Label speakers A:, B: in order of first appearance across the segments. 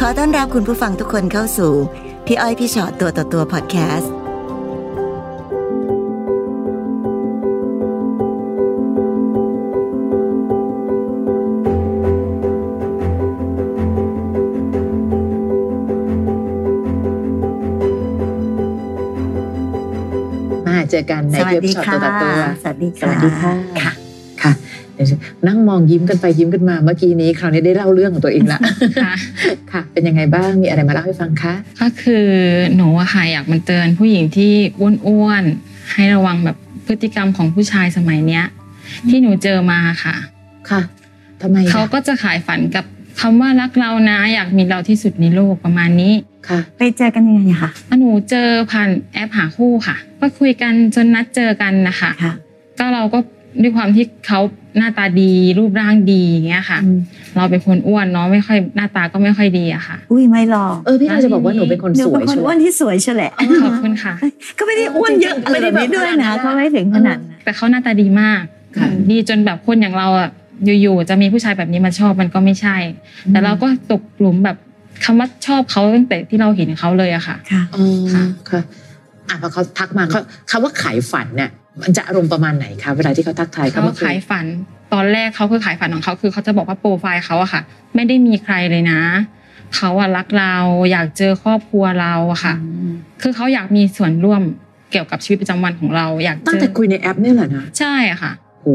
A: ขอต้อนรับคุณผู้ฟังทุกคนเข้าสู่ พี่อ้อยพี่ชอตตัวต่อตัวพอดแคสต์
B: มาเจอกันใน
A: สวัส
B: เว็บ
A: ดี
B: ช็อต
A: ค่ะ
B: ตัวต่อตัว
A: สวัสดี
B: สวัสดีค่ะค่ะค่ะเดี๋ยวนั่งมองยิ้มกันไปยิ้มกันมาเมื่อกี้นี้คราวนี้ได้เล่าเรื่องของตัวเองละ
C: ค่ะ
B: ค่ะ เป็นยังไงบ้างมีอะไรมาเล่าให้ฟังคะ
C: ก็คือหนูอะค่ะอยากมาเตือนผู้หญิงที่อ้วนๆให้ระวังแบบพฤติกรรมของผู้ชายสมัยเนี้ย ที่หนูเจอมาค่ะ
B: ค่ะทำไมอะ
C: เขาก็จะขายฝันกับคำว่ารักเรานะ อยากมีเราที่สุดในโลกประมาณนี้
B: ค่ะ
A: ไปเจอกันยังไงคะ
C: หนูเจอผ่านแอปหาคู่ค่ะ ก็คุยกันจนนัดเจอกันนะคะ
A: ค่ะ
C: ก็เราก็ด้วยความที่เขาหน้าตาดีรูปร่างดีอย่างเงี้ยค่ะ เราเป็นคนอ้วนเนาะไม่ค่อยหน้าตาก็ไม่ค่อยดีอะค่ะ
A: อุ้ยไม่หรอก
B: เออพี่เราจะบอกว่าหนูเป็นคน
A: หนู
B: สว
A: เป็
B: ย
A: นคน
B: ใช่ไห
A: อ้
B: ม
A: วนที่สวยเฉยแหละ
B: อ๋อ
C: ขอบคุณค่ะ
A: ก็ไม่ได้อ้วนเยอะอะไรแบบนี้ด้วยนะก็ไม่ถึงขนาดนั้น
C: แต่เขาหน้าตาดีมาก
B: ค่ะ
C: ดีจนแบบคนอย่างเราอะอยู่ๆจะมีผู้ชายแบบนี้มาชอบมันก็ไม่ใช่ แต่เราก็ตกหลุมแบบคำว่าชอบเขาตั้งแต่ที่เราเห็นเขาเลยอะค่ะ
A: ค่ะ
B: อ๋อค่ะอ่ะพอเขาทักมาเขาคำว่าขายฝันเนี่ยมันจะอารมณ์ประมาณไหนคะเวลาที่เขาทักทาย
C: เขา
B: เมื่อคืน
C: ขายฝันตอนแรกเขาคือขายฝันของเขาคือเขาจะบอกว่าโปรไฟล์เขาอะค่ะ ไม่ได้มีใครเลยนะเขาอะรักเราอยากเจอครอบครัวเราอะค่ะ คือเขาอยากมีส่วนร่วมเกี่ยวกับชีวิตประจำวันของเรา อยาก
B: ตั้
C: เจ
B: ง
C: อ
B: แต่คุยในแอปเนี่ยเหรอนะ
C: ใช่อะค่ะ
B: โห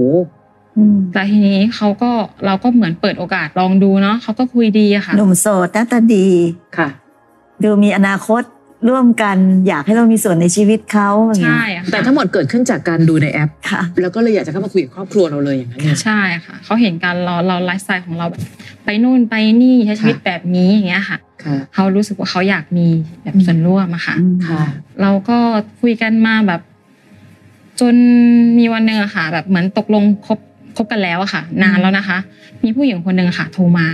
A: อืม
C: แต่ทีนี้เขาก็เราก็เหมือนเปิดโอกาสลองดูเนาะเขาก็คุยดีอะค่ะ
A: หนุ่มโสดหน้าตาดี
B: ค่ะ
A: ดูมีอนาคตร่วมกัน อยากให้เรามีส่วนในชีวิตเขาอย่างเงี้
C: ใช่
A: ย
C: อะค่ะ
B: แต่ทั้งหมดเกิดขึ้นจากการดูในแอป
A: ค่ะ
B: แล้วก็เลยอยากจะเข้ามาคุยกับครอบครัวเราเลยอย่างนั้นเนี่ย
C: ใช่ค่ะเขาเห็นการเราเราไลฟ์สไตล์ของเราแบบไปนู่นไปนี่ใช้ชีวิต
B: ค่ะ
C: แบบนี้อย่างเงี้ยค่ะ
B: ค่ะ
C: เขารู้สึกว่าเขาอยากมีแบบ
A: อืม
C: ส่วนร่วมอะค่ะ
B: ค่ะ
C: เราก็คุยกันมาแบบ จนมีวันหนึ่งอะค่ะ แบบเหมือนตกลงคบคบกันแล้วอะค่ะ นานแล้วนะคะ มีผู้หญิงคนหนึ่งอะค่ะ โทรมา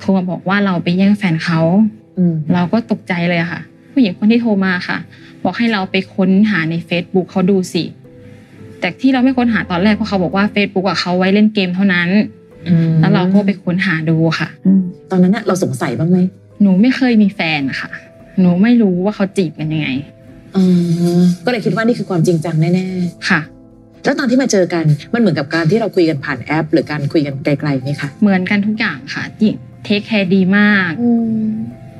C: โทรมาบอกว่าเราไปแย่งแฟนเขา
B: อืม
C: เราก็ตกใจเลยอะค่ะ ผู้หญิงคนที่โทรมาค่ะ บอกให้เราไปค้นหาใน Facebook เขาดูสิแต่ที่เราไม่ค้นหาตอนแรกเพราะเขาบอกว่า Facebook อะเขาไว้เล่นเกมเท่านั้น แล้วเราก็ไปค้นหาดูค่ะ
A: อืม
B: ตอนนั้นน่ะเราสงสัยบ้างไหม
C: หนูไม่เคยมีแฟนค่ะ หนูไม่รู้ว่าเขาจีบกันยังไง
B: เออก็เลยคิดว่านี่คือความจริงจังแน่
C: ค่ะ
B: ๆ แล้วตอนที่มาเจอกันมันเหมือนกับการที่เราคุยกันผ่านแอป หรือการคุยกันไกลๆไหมคะ
C: เหมือนกันทุกอย่างค่ะจิเทคแคร์ดีมาก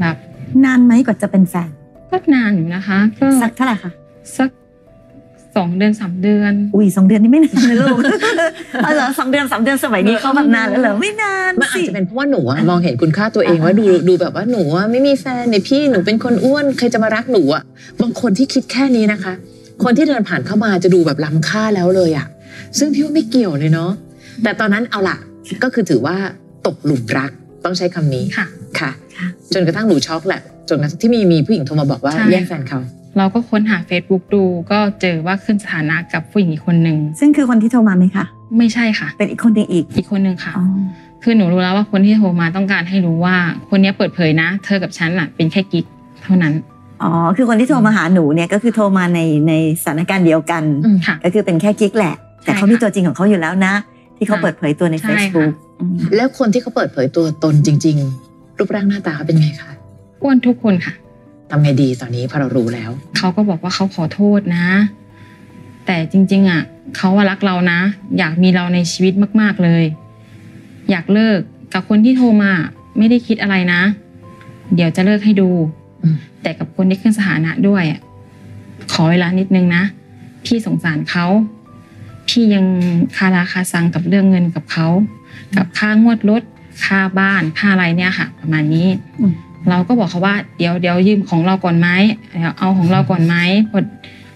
C: แบบ
A: นานไหมกว่าจะเป็นแฟน
C: ก็นานอยู่นะคะ ก็
A: สักเท่าไหร่คะ
C: สักสองเดือนสามเดือน
A: อุ้ยสองเดือนนี่ไม่ นานนะลูก เอาเหรอสองเดือนสามเดือนสมัยนี้เขาแบบนานแล้วเหรอไม่นาน
B: มันอาจ
A: สิ
B: จะเป็นเพราะว่าหนูอะมองเห็นคุณค่าตัวเองว่าดูดูแบบว่าหนูอะไม่มีแฟนเนี่ยพี่หนูเป็นคนอ้วนใครจะมารักหนูอะบางคนที่คิดแค่นี้นะคะ คนที่เดินผ่านเข้ามาจะดูแบบล้ำค่าแล้วเลยอะซึ่งพี่ว่าไม่เกี่ยวเลยเนาะแต่ตอนนั้นเอาละก็คือถือว่าตกหลุมรักต้องใช้คำนี้
C: ค่ะ
B: ค่ะ
A: ค่ะ
B: จนกระทั่งหนูช็อกแหละ จนกระทั่งที่มีมีผู้หญิงโทรมาบอกว่า
C: ใช่
B: แย่งแฟนเขา
C: เราก็ค้นหา Facebook ดูก็เจอว่าขึ้นสถานะกับผู้หญิงอีกคนนึง
A: ซึ่งคือคนที่โทรมาไหมคะ
C: ไม่ใช่ค่ะ
A: เป็นอีกคนหนึ่งอีก
C: อีกคนนึงค่ะ
A: อ๋อ
C: คือหนูรู้แล้วว่าคนที่โทรมาต้องการให้รู้ว่า คนเนี้ยเปิดเผยนะ เธอกับฉันอ่ะเป็นแค่กิ๊กเท่านั้น
A: อ๋อ คือคนที่โทรมาหาหนูเนี่ยก็คือโทรมาในในสถานการณ์เดียวกัน
C: ค่ะ
A: ก็คือเป็นแค่กิ๊กแหละ แต่เขา
C: ใช่ค่ะ
A: มีตัวจริงของเขาอยู่แล้วนะ ที่เขา
C: ค่ะ
A: เปิดเผยตัวใน
C: ใช่ค่ะ
A: Facebook อืม
B: แล้วคนที่เขาเปิดเผยตัวตนจริง ๆ รูปร่างหน้าตาเขาเป็นไงคะ
C: อ้วนทุกคนค่ะ
B: ทำไงดีตอนนี้พอเรารู้แล้ว
C: เขาก็บอกว่าเขาขอโทษนะ แต่จริง ๆ อ่ะเขาว่ารักเรานะ อยากมีเราในชีวิตมาก ๆเลย อยากเลิกกับคนที่โทรมาไม่ได้คิดอะไรนะ เดี๋ยวจะเลิกให้ดู
B: อืม
C: แต่กับคนที่ขึ้นสถานะด้วยอะขอเวลานิดนึงนะ พี่สงสารเขา พี่ยังคาราคาซังกับเรื่องเงินกับเขา กับค่างวดรถค่าบ้านค่าอะไรเนี่ยค่ะ ประมาณนี้
A: อืม
C: เราก็บอกเขาว่าเดี๋ยวเดี๋ยวยืมของเราก่อนไหมเดี๋ยวเอาของเราก่อนไหมพอ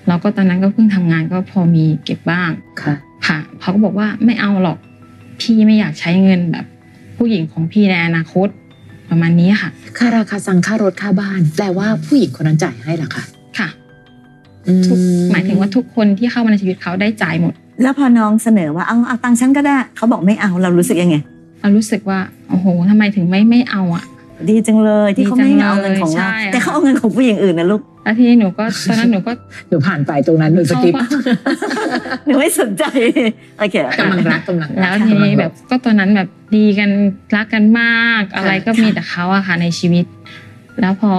C: เราก็ตอนนั้นก็เพิ่งทำงานก็พอมีเก็บบ้าง
B: ค่ะ
C: ค่ะเขาก็บอกว่าไม่เอาหรอกพี่ไม่อยากใช้เงินแบบ ผู้หญิงของพี่ในอนาคตประมาณนี้ค่ะ
B: ค่าราคาสั่งค่ารถค่าบ้าน แปลว่าผู้หญิงคนนั้นจ่ายให้เหรอคะ
C: ค่ะ ทุกหมายถึงว่าทุกคนที่เข้ามาในชีวิตเขาได้จ่ายหมด
A: แล้วพอน้องเสนอว่าเอาเอาตังค์ฉันก็ได้ เขาบอกไม่เอาเรารู้สึกยังไง
C: เรารู้สึกว่าโอ้โหทำไมถึงไม่ไม่เอาอ่ะ
A: ดีจังเลยที่เขาไม่
C: ดีจังเลย
A: เอาเงินของเรา
C: ใช่
A: แต่เขาเอาเงินของผู้หญิงอื่นนะลูก
C: แล้วทีนี้หนูก็ตอนนั้นหนูก็
B: หนูผ่านไปตรงนั้นหนูสกิป
C: เขาก็
A: หนูไม่สนใจโอเค
B: กำลังรักกำลังรัก
C: แล้วทีนี้แบบก็ตอนนั้นแบบดีกันรักกันมาก อะไรก็มีแต่เขาอะค่ะในชีวิต แล้วพอ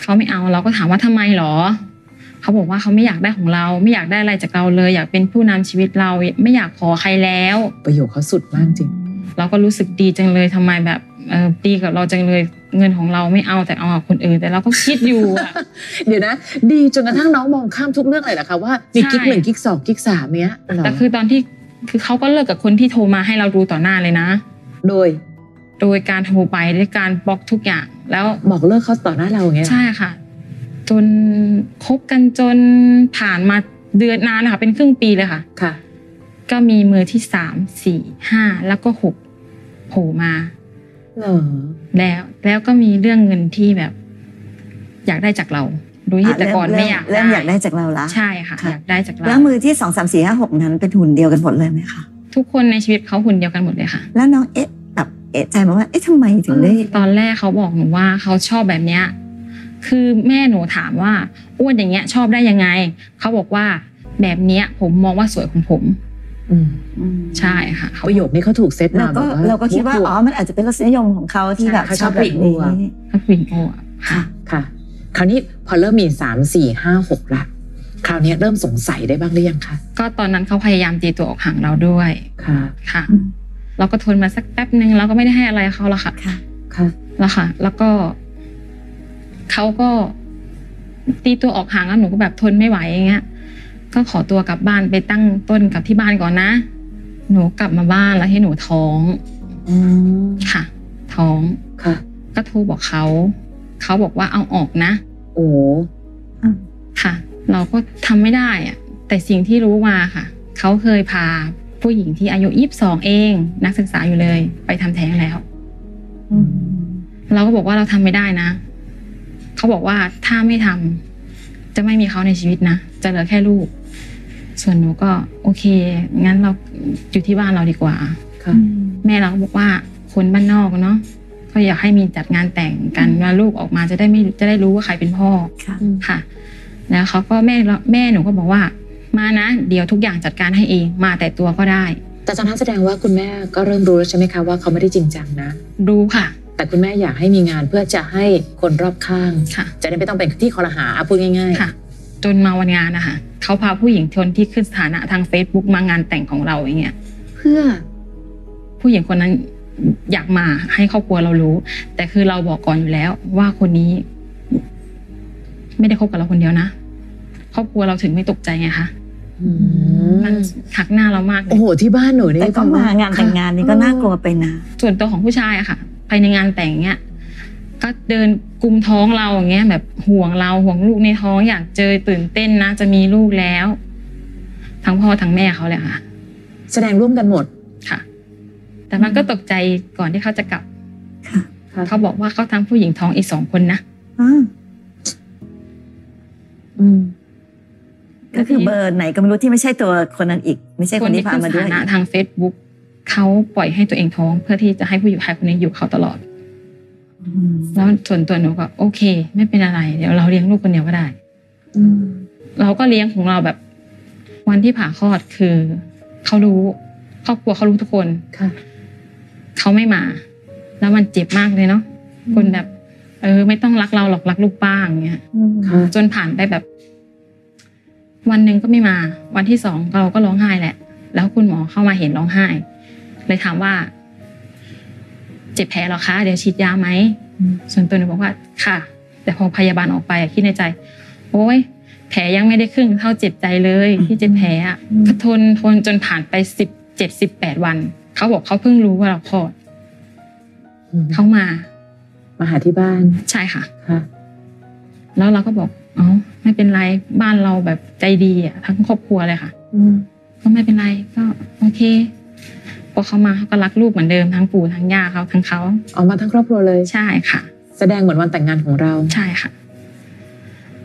C: เขาไม่เอาเราก็ถามว่าทำไมหรอ เขาบอกว่าเขาไม่อยากได้ของเรา ไม่อยากได้อะไรจากเราเลย อยากเป็นผู้นำชีวิตเราไม่อยากขอใครแล้ว
B: ประโยคเขาสุดมากจริง
C: เราก็รู้สึกดีจังเลยทำไมแบบเอ่อดีกับเราจังเลยเงินของเราไม่เอาแต่เอากับคนอื่น แต่เราก็คิดอยู่อะ
B: เดี๋ยวนะ ดีจนกระทั่งน้องมองข้ามทุกเรื่องเลยเหรอคะว่ามี
C: ใช่
B: กิ๊กหนึ่งกิ๊กสองกิ๊กสามเนี้ยเหรอ
C: แต่คือตอนที่คือเขาก็เลิกกับคนที่โทรมาให้เราดูต่อหน้าเลยนะ
B: โดย
C: โดยการโทรไปด้วยการบล็อกทุกอย่างแล้ว
B: บอกเลิกเขาต่อหน้าเราอย่างเงี้ยเหรอ
C: ใช่ค่ะ จนคบกันจนผ่านมาเดือนนานเลยค่ะ เป็นครึ่งปีเลยค่ะ
B: ค่ะ
C: ก็มีมือที่สามสี่ห้าแล้วก็หกโผล่มา
B: เหรอ
C: แล้ว แล้วก็มีเรื่องเงินที่แบบ อยากได้จากเราโดยที่แต่ก่อนไม่อยาก
A: เริ่มเริ่มอยากได้จากเราละ
C: ใช่ค่ะ
A: ค่ะ
C: อยากได้จากเรา
A: แล้วมือที่สองสามสี่ห้าหกนั้นเป็นหุ่นเดียวกันหมดเลยไหมคะ
C: ทุกคนในชีวิตเขาหุ่นเดียวกันหมดเลยค่ะ
A: แล้วน้องเอ๊ะแบบเอ๊ะใจมาว่าเอ๊ะทำไมถึงได้
C: ตอนแรกเขาบอกหนูว่าเขาชอบแบบเนี้ย คือแม่หนูถามว่าอ้วนอย่างเงี้ย ชอบได้ยังไง เขาบอกว่าแบบเนี้ย ผมมองว่าสวยของผม
B: อืม
C: ใช่ค่ะเขา
B: ประโยคนี้เขาถูกเซต
A: เรา
B: มา
A: ก็
B: แบบ
A: เราก็คิดว่าอ๋อมันอาจจะเป็นรสนิยมของเขาที่แบบ
B: เขา
A: ช
B: ช
A: อ
B: อ
A: บบ แบ
B: ปี
A: บ
B: ก
A: นี้
B: บัว
C: เขาผู้หญิงโอ้อะค่ะ
B: ค่ะ คราวนี้พอเริ่มมีสามสี่ห้าหกละคราวนี้เริ่มสงสัยได้บ้างหรือยังคะ
C: ก็ตอนนั้นเขาพยายามตีตัวออกห่างเราด้วย
B: ค่ะ
C: ค่ะ เราก็ทนมาสักแป๊บนึงเราก็ไม่ได้ให้อะไรเขาละค่ะ
A: ค่ะ
B: ค่ะ
C: แล้วค่ะ แล้วก็เขาก็ตีตัวออกห่างแล้วหนูก็แบบทนไม่ไหวอย่างเงี้ย ก็ขอตัวกลับบ้านไปตั้งต้นกับที่บ้านก่อนนะ หนูกลับมาบ้านแล้วให้หนูท้อง
B: อืม
C: ค่ะ ท้อง
B: ค่ะ
C: ก็โทรบอกเขาเขาบอกว่าเอาออกนะ
B: โอ้โห
C: ค่ะ เราก็ทำไม่ได้อะแต่สิ่งที่รู้มาค่ะ เขาเคยพาผู้หญิงที่อายุยีิบสองเอง นักศึกษาอยู่เลย ไปทำแท้งแล้ว เราก็บอกว่าเราทำไม่ได้นะ เขาบอกว่าถ้าไม่ทำจะไม่มีเขาในชีวิตนะ จะเหลือแค่ลูก ส่วนหนูก็โอเค งั้นเราอยู่ที่บ้านเราดีกว่า
B: ค่ะ
C: แม่เราก็บอกว่าคนบ้านนอกเนาะก็อยากให้มีจัดงานแต่งกันว่าลูกออกมาจะได้ไม่จะได้รู้ว่าใครเป็นพ่อ
A: ค่ะ
C: ค่ะ แล้วเขาก็แม่เราแม่หนูก็บอกว่า มานะ เดี๋ยวทุกอย่างจัดการให้เอง มาแต่ตัวก็ได้
B: แต่จากนั้นแสดงว่าคุณแม่ก็เริ่มรู้แล้วใช่ไหมคะว่าเขาไม่ได้จริงจังนะ
C: รู้ค่ะ
B: แต่คุณแม่อยากให้มีงานเพื่อจะให้คนรอบข้าง
C: ค่ะ
B: จะได้ไม่ต้องเป็นที่คอรหาอ่ะพูดง่ายๆ
C: ค่ะ จนมาวันงานนะคะเขาพาผู้หญิงคนที่ขึ้นสถานะทาง Facebook มางานแต่งของเราอย่างเงี้ย
B: เพื่อ
C: ผู้หญิงคนนั้นอยากมาให้ครอบครัวเรารู้ แต่คือเราบอกก่อนอยู่แล้ว ว่าคนนี้ ไม่ได้คบกับเราคนเดียวนะ ครอบครัวเราถึงไม่ตกใจไงคะ
B: อืม
C: มันหักหน้าเรามากเลย
B: โอ้โหที่บ้านหนูนี่
A: แต่ก็
B: บบว่
A: มางานแต่งงานนี้ก็น่ากลัวไปนะ
C: ส่วนตัวของผู้ชายอะค่ะภายในงานแต่งเนี้ยก็เดินกุมท้องเราอย่างเงี้ย แบบห่วงเราห่วงลูกในท้องอยากเจอตื่นเต้นนะ จะมีลูกแล้ว ทั้งพ่อทั้งแม่เขาเลยค่ะ
B: แสดงร่วมกันหมด
C: ค่ะ แต่มันก็ตกใจก่อนที่เขาจะกลับ
A: ค่ะ
C: เขาบอกว่าเขาทั้งผู้หญิงท้องอีกสองคนนะ
A: อ้าว
B: อืม
A: ก็คือเบอร์ไหนก็ไม่รู้ที่ไม่ใช่ตัวคนนั้นอีก ไม่ใช่คนที่พา
C: ขึ้น
A: มา
C: ส
A: ด้ว
C: ถาย นะทาง Facebook เขาปล่อยให้ตัวเองท้อง เพื่อที่จะให้ผู้หญิงชายคนนี้อยู่กับเขาตลอด
A: อืม
C: แล้วส่วนตัวหนูก็โอเค ไม่เป็นอะไร เดี๋ยวเราเลี้ยงลูกคนเดียวก็ได้
B: อืม
C: เราก็เลี้ยงของเราแบบ วันที่ผ่าคลอดคือเขารู้ครอบครัวเขารู้ทุกคน
B: ค่ะ
C: เขาไม่มา แล้วมันเจ็บมากเลยเนาะคนแบบ เออ ไม่ต้องรักเราหรอกรักลูกบ้างเงี้ย
A: อืม
B: ค่ะ
C: จนผ่านไปแบบ วันหนึ่งก็ไม่มา วันที่สองเราก็ร้องไห้แหละ แล้วคุณหมอเข้ามาเห็นร้องไห้ เลยถามว่า เจ็บแผลเหรอคะ เดี๋ยวฉีดยาไหม ส่วนตัวหนูบอกว่าค่ะ แต่พอพยาบาลออกไปอะคิดในใจ โอ้ยแผลยังไม่ได้ครึ่งเท่าเจ็บใจเลย ที่เจ็บแผลอะก็ทนทนจนผ่านไปสิบเจ็ดสิบแปดวัน เขาบอกเขาเพิ่งรู้ว่าเราคลอด
B: อืม
C: เขามา
B: มาหาที่บ้าน
C: ใช่ค่ะ
B: ค่ะ
C: แล้วเราก็บอกเอ๋อไม่เป็นไรบ้านเราแบบใจดีอะทั้งครอบครัวเลยค่ะ
B: อืม
C: ก็ไม่เป็นไรก็โอเคพอเขามาเขาก็รักลูกเหมือนเดิมทั้งปู่ทั้งย่าเขาทั้งเขา
B: เอามาทั้งครอบครัวเลย
C: ใช่ค่ะ
B: แสดงเหมือนวันแต่งงานของเรา
C: ใช่ค่ะ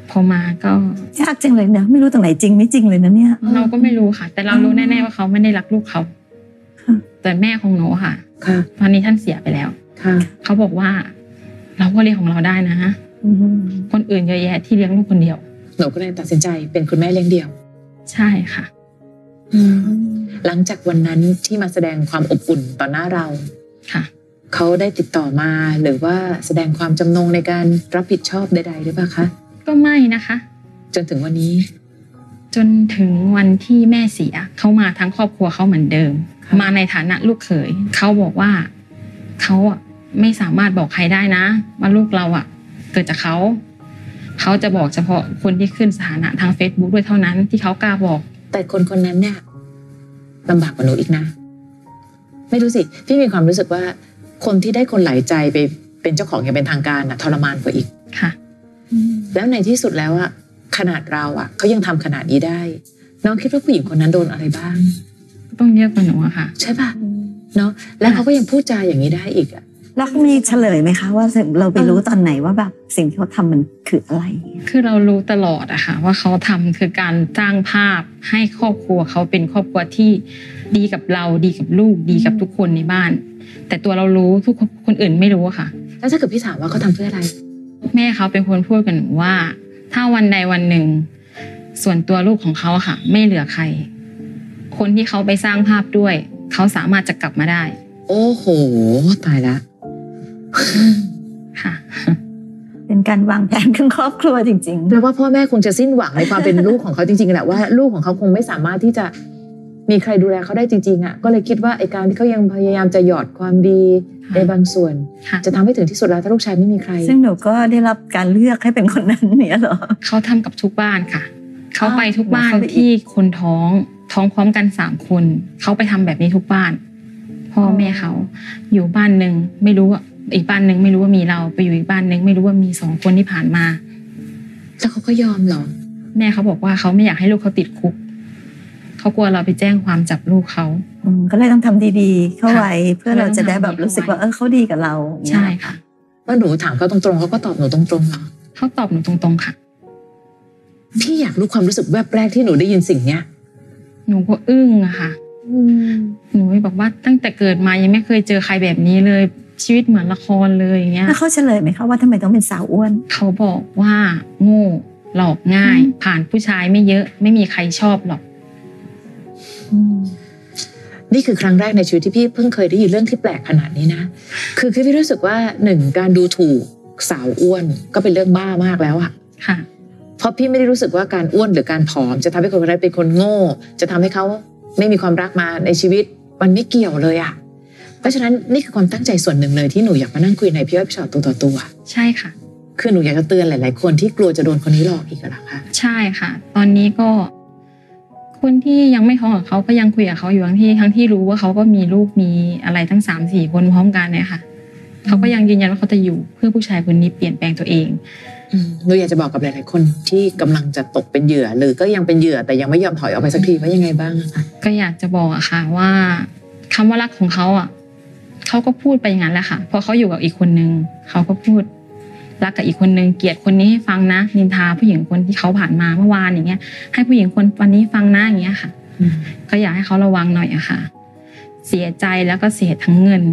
C: พอมาก็
A: ยากจังเลยนะไม่รู้ตรงไหนจริงไม่จริงเลยนะเนี่ย
C: เราก็ไม่รู้ค่ะ แต่เรารู้แน่ๆว่าเขาไม่ได้รักลูกเขา
A: ค่ะ
C: แต่แม่ของหนูค่ะ
B: ค่ะ
C: ตอนนี้ท่านเสียไปแล้ว
B: ค่ะ
C: เขาบอกว่า เราก็เลี้ยงของเราได้นะ
A: อืม
C: คนอื่นเยอะแยะที่เลี้ยงลูกคนเดียว
B: หนูก็เลยตัดสินใจเป็นคุณแม่เลี้ยงเดี่ยว
C: ใช่ค่ะ
B: หลังจากวันนั้นที่มาแสดงความอบอุ่นต่อหน้าเรา
C: ค่ะ
B: เขาได้ติดต่อมาหรือว่าแสดงความจำนงในการรับผิดชอบใดๆหรือเปล่าคะ
C: ก็ไม่นะคะ
B: จนถึงวันนี้
C: จนถึงวันที่แม่เสียเขามาทั้งครอบครัวเขาเหมือนเดิม
B: ค่ะ
C: มาในฐานะลูกเขยเขาบอกว่าเขาอะไม่สามารถบอกใครได้นะ ว่าลูกเราอะเกิดจากเขาเขาจะบอกเฉพาะคนที่ขึ้นสถานะทาง Facebook ด้วยเท่านั้นที่เขากล้าบอก
B: แต่คนคนนั้นเนี่ยลำบากกว่าหนูอีกนะ ไม่รู้สิ พี่มีความรู้สึกว่า คนที่ได้คนหลายใจไปเป็นเจ้าของอย่างเป็นทางการน่ะทรมานกว่าอีก
C: ค่ะ
A: อืม
B: แล้วในที่สุดแล้วอะขนาดเราอะเขายังทำขนาดนี้ได้น้องคิดว่าผู้หญิงคนนั้นโดนอะไรบ้าง
C: ต้องเยอะกว่าหนูอะค่ะ
B: ใช่ป่ะเนาะแล้วเขาก็ยังพูดจาอย่างนี้ได้อีกอะ
A: แล้วมีเฉลยไหมคะว่าเราไปรู้ตอนไหนว่าแบบสิ่งที่เขาทำมันคืออะไร
C: คือเรารู้ตลอดอะค่ะว่าเขาทำคือการสร้างภาพให้ครอบครัวเขาเป็นครอบครัวที่ดีกับเราดีกับลูกดีกับทุกคนในบ้าน แต่ตัวเรารู้ทุกคนอื่นไม่รู้อะค่ะ
B: แล้วถ้าเกิดพี่ถามว่าเขาทำเพื่ออะไร
C: แม่เขาเป็นคนพูดกับหนูว่า ถ้าวันใดวันหนึ่ง ส่วนตัวลูกของเขาอะค่ะ ไม่เหลือใคร คนที่เขาไปสร้างภาพด้วย เขาสามารถจะกลับมาได้
B: โอ้โห ตายละ
C: ค่ะ
A: เป็นการวางแผนของครอบครัวจริง
B: แปลว่าพ่อแม่คงจะสิ้นหวังในความเป็นลูกของเขาจริงๆแหละว่าลูกของเขาคงไม่สามารถที่จะมีใครดูแลเขาได้จริงๆอ่ะก็เลยคิดว่าไอการที่เขายังพยายามจะหยอดความดี
C: ค่ะ
B: ในบางส่วน
C: ค่ะ
B: จะทำให้ถึงที่สุดแล้วถ้าลูกชายไม่มีใคร
A: ๆ ซึ่งหนูก็ได้รับการเลือกให้เป็นคนนั้นเนี่ยเหรอ
C: เขาทำกับทุกบ้านค่ะ เขาไปทุกบ้าน
A: เขาไปอีก
C: ที่คนท้องท้องพร้อมกันสามคน เขาไปทำแบบนี้ทุกบ้าน พ่อแม่เขา อยู่บ้านหนึ่งไม่รู้ว่าอีกบ้านหนึ่งไม่รู้ว่ามีเราไปอยู่อีกบ้านหนึ่งไม่รู้ว่ามีสองคนที่ผ่านมา
B: แล้วเขาก็ยอมเหรอ
C: แม่เขาบอกว่าเขาไม่อยากให้ลูกเขาติดคุก เขากลัวเราไปแจ้งความจับลูกเขา
A: อืมก็เลยต้องทำดีๆ เข้าไว้เพื่อเราจะได้แบบรู้สึกว่า
C: ค่ะ
A: เออเขาดีกับเราอย่างเงี้ย
C: ใช่ค่ะ
B: ว่าหนูถามเขาตรงๆเขาก็ตอบหนูตรงๆเหรอ
C: เขาตอบหนูตรงๆค่ะ
B: พี่อยากรู้ความรู้สึกแวบแรกที่หนูได้ยินสิ่งเนี้ย
C: หนูก็อึ้งอะค่ะ หนูบอกว่าตั้งแต่เกิดมายังไม่เคยเจอใครแบบนี้เลย ชีวิตเหมือนละครเลยอย่างเงี้ย
A: แล้วเขาเฉลยไหมคะว่าทำไมต้องเป็นสาวอ้วน
C: เขาบอกว่าโง่หลอกง่าย
A: อืม
C: ผ่านผู้ชายไม่เยอะ ไม่มีใครชอบหรอก
B: นี่คือครั้งแรกในชีวิตที่พี่เพิ่งเคยได้ยินเรื่องที่แปลกขนาดนี้นะ คือคือพี่รู้สึกว่าหนึ่งการดูถูกสาวอ้วนก็เป็นเรื่องบ้ามากแล้วอะ
C: ค่ะ
B: เพราะพี่ไม่ได้รู้สึกว่าการอ้วนหรือการผอม จะทำให้คนคนนั้นเป็นคนโง่ จะทำให้เขาไม่มีความรักมาในชีวิตมันไม่เกี่ยวเลยอะเพราะฉะนั้นนี่คือความตั้งใจส่วนหนึ่งเลยที่หนูอยากมานั่งคุยในพี่อ้อยพี่ชอตตัวต่อตัว
C: ใช่ค่ะ
B: คือหนูอยากจะเตือนหลาย ๆ คนที่กลัวจะโดนคนนี้หลอกอีกแล้วค่ะ
C: ใช่ค่ะ ตอนนี้ก็คนที่ยังไม่ท้องกับเขาก็ยังคุยกับเขาอยู่ทั้งที่ทั้งที่รู้ว่าเขาก็มีลูกมีอะไรทั้งสามสี่คนพร้อมกันเนี่ยค่ะ เขาก็ยังยืนยันว่าเขาจะอยู่เพื่อผู้ชายคนนี้เปลี่ยนแปลงตัวเอง
B: อืมหนูอยากจะบอกกับหลาย ๆ คนที่กำลังจะตกเป็นเหยื่อ หรือก็ยังเป็นเหยื่อแต่ยังไม่ยอมถอยออกไปสักทีว่ายังไงบ้างอะคะ
C: ก็อยากจะบอกอะค่ะว่าคำว่ารักของเขาอะเขาก็พูดไปอย่างนั้นแหละค่ะพอเขาอยู่กับอีกคนนึงเขาก็พูดรักกับอีกคนนึงเกลียดคนนี้ให้ฟังนะนินทาผู้หญิงคนที่เขาผ่านมาเมื่อวานอย่างเงี้ย ให้ผู้หญิงคนวันนี้ฟังนะอย่างเงี้ยค่ะ
B: อืม
C: ก็อยากให้เขาระวังหน่อยอะค่ะ เสียใจแล้วก็เสียทั้งเงิน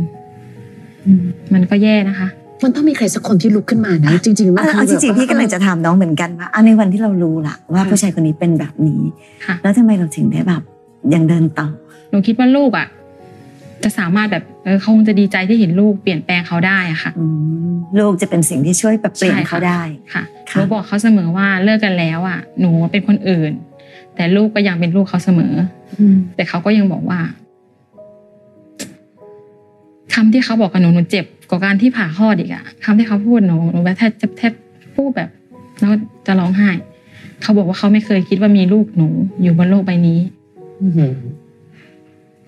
C: มันก็แย่นะคะ
B: มันต้องมีใครสักคนที่ลุกขึ้นมานะจริงๆมัน
A: เอา
B: คือ
A: เอาจริง
B: แบบ
A: ๆพี่กำลังจะถามน้องเหมือนกันว่าอ่ะในวันที่เรารู้ล่ะว่าผู้ชายคนนี้เป็นแบบนี้
C: ค่ะ
A: แล้วทำไมเราถึงได้แบบยังเดินต่อ
C: หนูคิดว่าลูกอะจะสามารถแบบเออเขาคงจะดีใจที่เห็นลูกเปลี่ยนแปลงเขาได้อะค่ะ
A: อืมลูกจะเป็นสิ่งที่ช่วยปรับเปลี่ยน
C: ใช่ค่ะ
A: เขาได้
C: ค่ะห
A: ค่ะ
C: นูบอกเขาเสมอว่าเลิกกันแล้วอ่ะ หนูเป็นคนอื่น แต่ลูกก็ยังเป็นลูกเขาเสมอ
B: อืม
C: แต่เขาก็ยังบอกว่าคำที่เขาบอกกับหนูหนูเจ็บกว่าการที่ผ่าคลอดอีกอะคำที่เขาพูดหนูหนูแบบแทบจะแทบพูดแบบแล้วจะร้องไห้ เขาบอกว่าเขาไม่เคยคิดว่ามีลูกหนูอยู่บนโลกใบนี้
B: อื้อหือ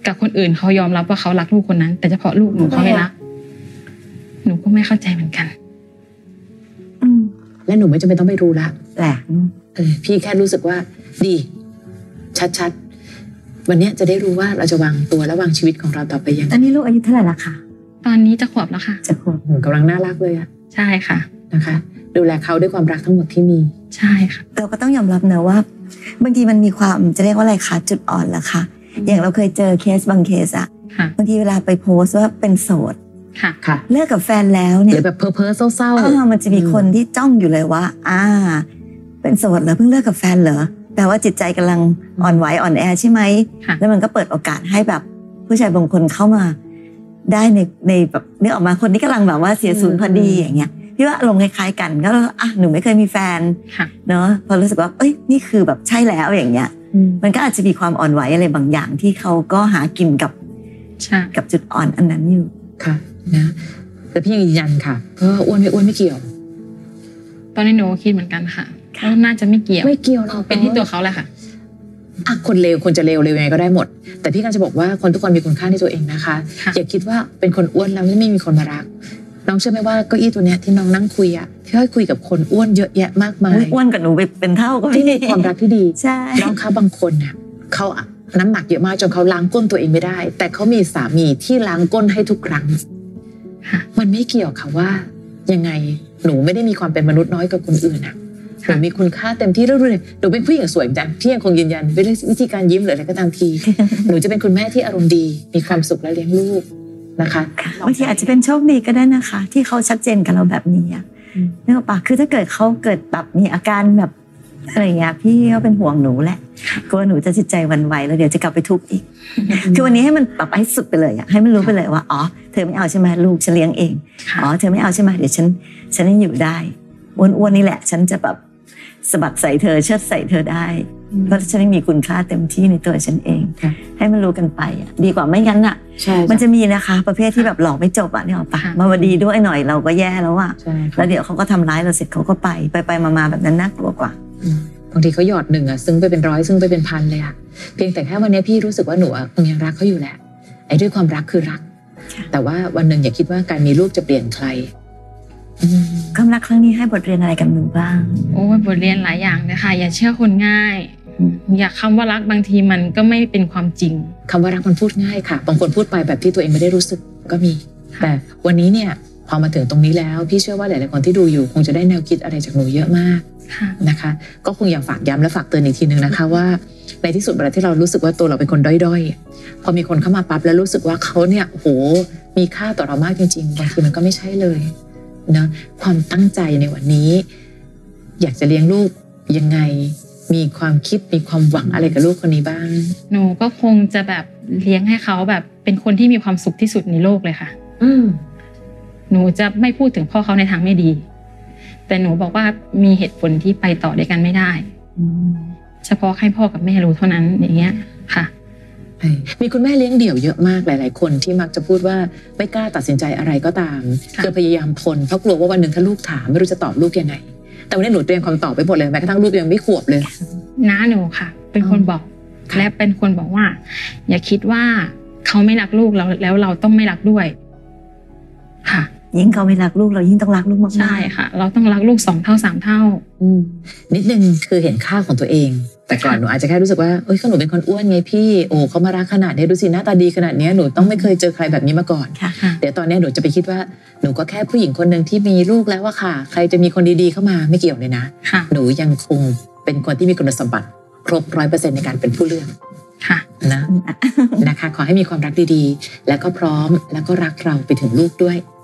C: กับคนอื่นเขายอมรับว่าเขารักลูกคนนั้น แต่เฉพาะลูกหนูเขาไม่รัก หนูก็ไม่เข้าใจเหมือนกัน
A: อืม
B: และหนูไม่จำเป็นต้องไปรู้ละ
A: แปลกเนอะ
B: เออพี่แค่รู้สึกว่าดี ชัดๆ วันเนี้ยจะได้รู้ว่าเราจะวางตัวและวางชีวิตของเราต่อไปยังไง
A: ตอนนี้ลูกอายุเท่าไหร่ละคะ
C: ตอนนี้จะขวบแล้วค่ะ
A: จะขวบ
B: โอ้โหกำลังน่ารักเลยอะ
C: ใช่ค่ะ
B: นะคะ ดูแลเขาด้วยความรักทั้งหมดที่มี
C: ใช่ค่ะ
A: เราก็ต้องยอมรับนะว่า บางทีมันมีความจะเรียกว่าอะไรคะจุดอ่อนละคะอย่างเราเคยเจอเคสบางเคสอะ
C: ค่ะ
A: บางทีเวลาไปโพสต์ว่าเป็นโสด
C: ค่ะ
B: ค่ะ
A: เลิกกับแฟนแล้ว
B: ห
A: เนี่
B: รื
A: ย
B: อแบบเพ้อเพ้อๆเศร้า
A: เออมันจะมีคนที่จ้องอยู่เลยว่า อ่า เป็นโสดเหรอเพิ่งเลิกกับแฟนเหรอแปลว่าจิตใจกำลังอ่อนไหวอ่อนแอใช่ไหม
C: ค่ะ
A: แล้วมันก็เปิดโอกาสให้แบบผู้ชายบางคนเข้ามาได้ในในแบบนึกออกมาคนที่กำลังแบบว่าเสียศูนย์พอดี
B: อืม
A: อย่างเงี้ยพี่ว่าอารมณ์คล้ายๆกันก็อ่ะหนูไม่เคยมีแฟน
C: ค่ะ
A: เนาะพอรู้สึกว่าเอ้ยนี่คือแบบใช่แล้วอย่างเงี้ย
B: ๆอืม
A: มันก็อาจจะมีความอ่อนไหวอะไรบางอย่างที่เขาก็หากินกับ
C: ใช่
A: กับจุดอ่อนอันนั้นอยู่
B: ค่ะนะแต่พี่ยังยืนยันค่ะว่าอ้วนไม่อ้วนไม่เกี่ยว
C: ตอนนี้หนูก็คิดเหมือนกันค่ะ
A: ค่ะ
C: ว่าน่าจะไม่เกี่ยว
B: ไม่เกี่ยวหรอก
C: เป็นที่ตัวเขาแหละค่ะ
B: อ่ะคนเลวคนจะเลวเลวยังไงก็ได้หมด แต่พี่กันจะบอกว่าคนทุกคนมีคุณค่าในตัวเองนะคะ
C: ค่ะ
B: อย่าคิดว่าเป็นคนอ้วนแล้วไม่มีคนมารัก น้องเชื่อไหมว่าเก้าอี้ตัวเนี้ยที่น้องนั่งคุยอะพี่อ้อยคุยกับคนอ้วนเยอะแยะมากมาย
A: อุ๊ยอ้วนกับหนูไปเป็นเท่าก็
B: ที่มีความรักที่ดี
A: ใช่
B: น้องคะบางคนเนี่ยเขาอะน้ำหนักเยอะมากจนเขาล้างก้นตัวเองไม่ได้ แต่เขามีสามีที่ล้างก้นให้ทุกครั้ง
C: ค่ะ
B: มันไม่เกี่ยวค่ะว่า ยังไงหนูไม่ได้มีความเป็นมนุษย์น้อยกว่าคนอื่นอะห
C: ค่ะ
B: นูมีคุณค่าเต็มที่แล้วดูเลยหนูเป็นผู้หญิงสวยแต่พี่ยังคงยืนยันด้วยวิธีการยิ้มหรืออะไรก็ตามที หนูจะเป็นคุณแม่ที่อารมณ์ดี มีความสุขและเลี้ยงลูกนะคะ
A: บางทีอาจจะเป็นโชคดีก็ได้นะคะ ที่เขาชัดเจนกับเราแบบนี้อะนึกออกปะคือถ้าเกิดเขาเกิดแบบมีอาการแบบอะไรอย่างเงี้ยพี่ก็เป็นห่วงหนูแหละกลัวหนูจะจิตใจหวันไหวแล้วเดี๋ยวจะกลับไปทุกข์อีก คือวันนี้ให้มันปรับให้สุดไปเลยอะให้มันรู้ไปเลยว่าอ๋อเธอไม่เอาใช่ไหมลูกฉันเลี้ยงเอง
C: ค่ะ
A: อ๋อเธอไม่เอาใช่ไหมเดี๋ยวฉันฉันยังอยู่ได้อ้วนๆนี่แหละ ฉันจะแบบสะบัดใส่เธอเชิดใส่เธอได้ เพราะฉันยังมีคุณค่าเต็มที่ในตัวฉันเอง
B: ค่ะ
A: ให้มันรู้กันไปอะดีกว่าไม่งั้นอะ
B: ใช่
A: มัน
B: จ้ะ
A: จะมีนะคะประเภทที่แบบหลอกไม่จบอ่ะเนี่ยหรอกปะ
C: ค่ะ
A: มาวดีด้วยหน่อยเราก็แย่แล้วอ่ะ
B: ใช่ค่ะ
A: แล้วเดี๋ยวเขาก็ทำร้ายเราเสร็จเขาก็ไปไปไปมามาแบบนั้นน่ากลัวกว่า
B: อืมบางทีเขาหยอดหนึ่งอะซึ้งไปเป็นร้อยซึ้งไปเป็นพันเลยอะเพียงแต่แค่วันนี้พี่รู้สึกว่าหนูอะคงยังรักเขาอยู่แหละไอ้ด้วยความรักคือรัก
A: ค่ะ
B: แต่ว่าวันหนึ่งอย่าคิดว่าการมีลูกจะเปลี่ยนใครอืม
A: ความรักครั้งนี้ให้บทเรียนอะไรกับหนูบ้าง
C: โอ้ยบทเรียนหลายอย่างเลยค่ะ อย่าเชื่อคนง่าย อย่าคำว่ารักบางทีมันก็ไม่เป็นความจริง
B: คำว่ารักมันพูดง่ายค่ะบางคนพูดไปแบบที่ตัวเองไม่ได้รู้สึกก็มี
C: ค่ะ
B: แต่วันนี้เนี่ยพอมาถึงตรงนี้แล้ว พี่เชื่อว่าหลาย ๆ คนที่ดูอยู่ คงจะได้แนวคิดอะไรจากหนูเยอะมาก
C: ค่ะ
B: นะคะก็คงอยากฝากย้ำและฝากเตือนอีกทีนึงนะคะว่าในที่สุดเวลาที่เรารู้สึกว่าตัวเราเป็นคนด้อยๆ พอมีคนเข้ามาปั๊บแล้วรู้สึกว่าเขาเนี่ยโอ้โหมีค่าต่อเรามากจริงๆบางทีมันก็ไม่ใช่เลยนะความตั้งใจในวันนี้ อยากจะเลี้ยงลูกยังไง มีความคิดมีความหวังอะไรกับลูกคนนี้บ้าง
C: หนูก็คงจะแบบเลี้ยงให้เขาแบบเป็นคนที่มีความสุขที่สุดในโลกเลยค่ะ
B: อืม
C: หนูจะไม่พูดถึงพ่อเขาในทางไม่ดี แต่หนูบอกว่ามีเหตุผลที่ไปต่อด้วยกันไม่ได้ เฉพาะให้พ่อกับแม่รู้เท่านั้นอย่างเงี้ยค่ะ
B: มีคุณแม่เลี้ยงเดี่ยวเยอะมากหลาย ๆ คนที่มักจะพูดว่าไม่กล้าตัดสินใจอะไรก็ตาม
C: ค่ะ
B: คือพยายามทนเพราะกลัวว่าวันหนึ่งถ้าลูกถามไม่รู้จะตอบลูกยังไง แต่วันนี้หนูเตรียมคำตอบไปหมดเลยแม้กระทั่งลูกยังไม่ขวบเลย
C: น้าหนูค่ะ เป็นคนบอก
B: ค่ะ
C: และเป็นคนบอกว่า อย่าคิดว่าเขาไม่รักลูกเราแล้วเราต้องไม่รักด้วย ค่ะ
A: ยิ่งเขาไม่รักลูกเรายิ่งต้องรักลูกมากๆ
C: ใช่ค่ะ เราต้องรักลูกสองเท่าสามเท่า
B: นิดนึงคือเห็นค่าของตัวเอง แต่ก่อน
C: ค่ะ
B: หนูอาจจะแค่รู้สึกว่าเอ้ยก็หนูเป็นคนอ้วนไงพี่โอ้เขามารักขนาดนี้ดูสิหน้าตาดีขนาดเนี้ยหนูต้องไม่เคยเจอใครแบบนี้มาก่อน
A: ค่ะ
C: ค่ะ
B: เดี๋ยวตอนเนี้ยหนูจะไปคิดว่าหนูก็แค่ผู้หญิงคนหนึ่งที่มีลูกแล้วอะค่ะ ใครจะมีคนดีๆเข้ามาไม่เกี่ยวเลยนะ
C: ค่ะ
B: หนูยังคงเป็นคนที่มีคุณสมบัติ ครบร้อยเปอร์เซ็นในการเป็นผู้เลือก
C: ค่ะ
B: นะ นะคะขอให้มีความรักดีๆ และก็พร้อมแล้วก็รักเราไปถึงลูกด้วย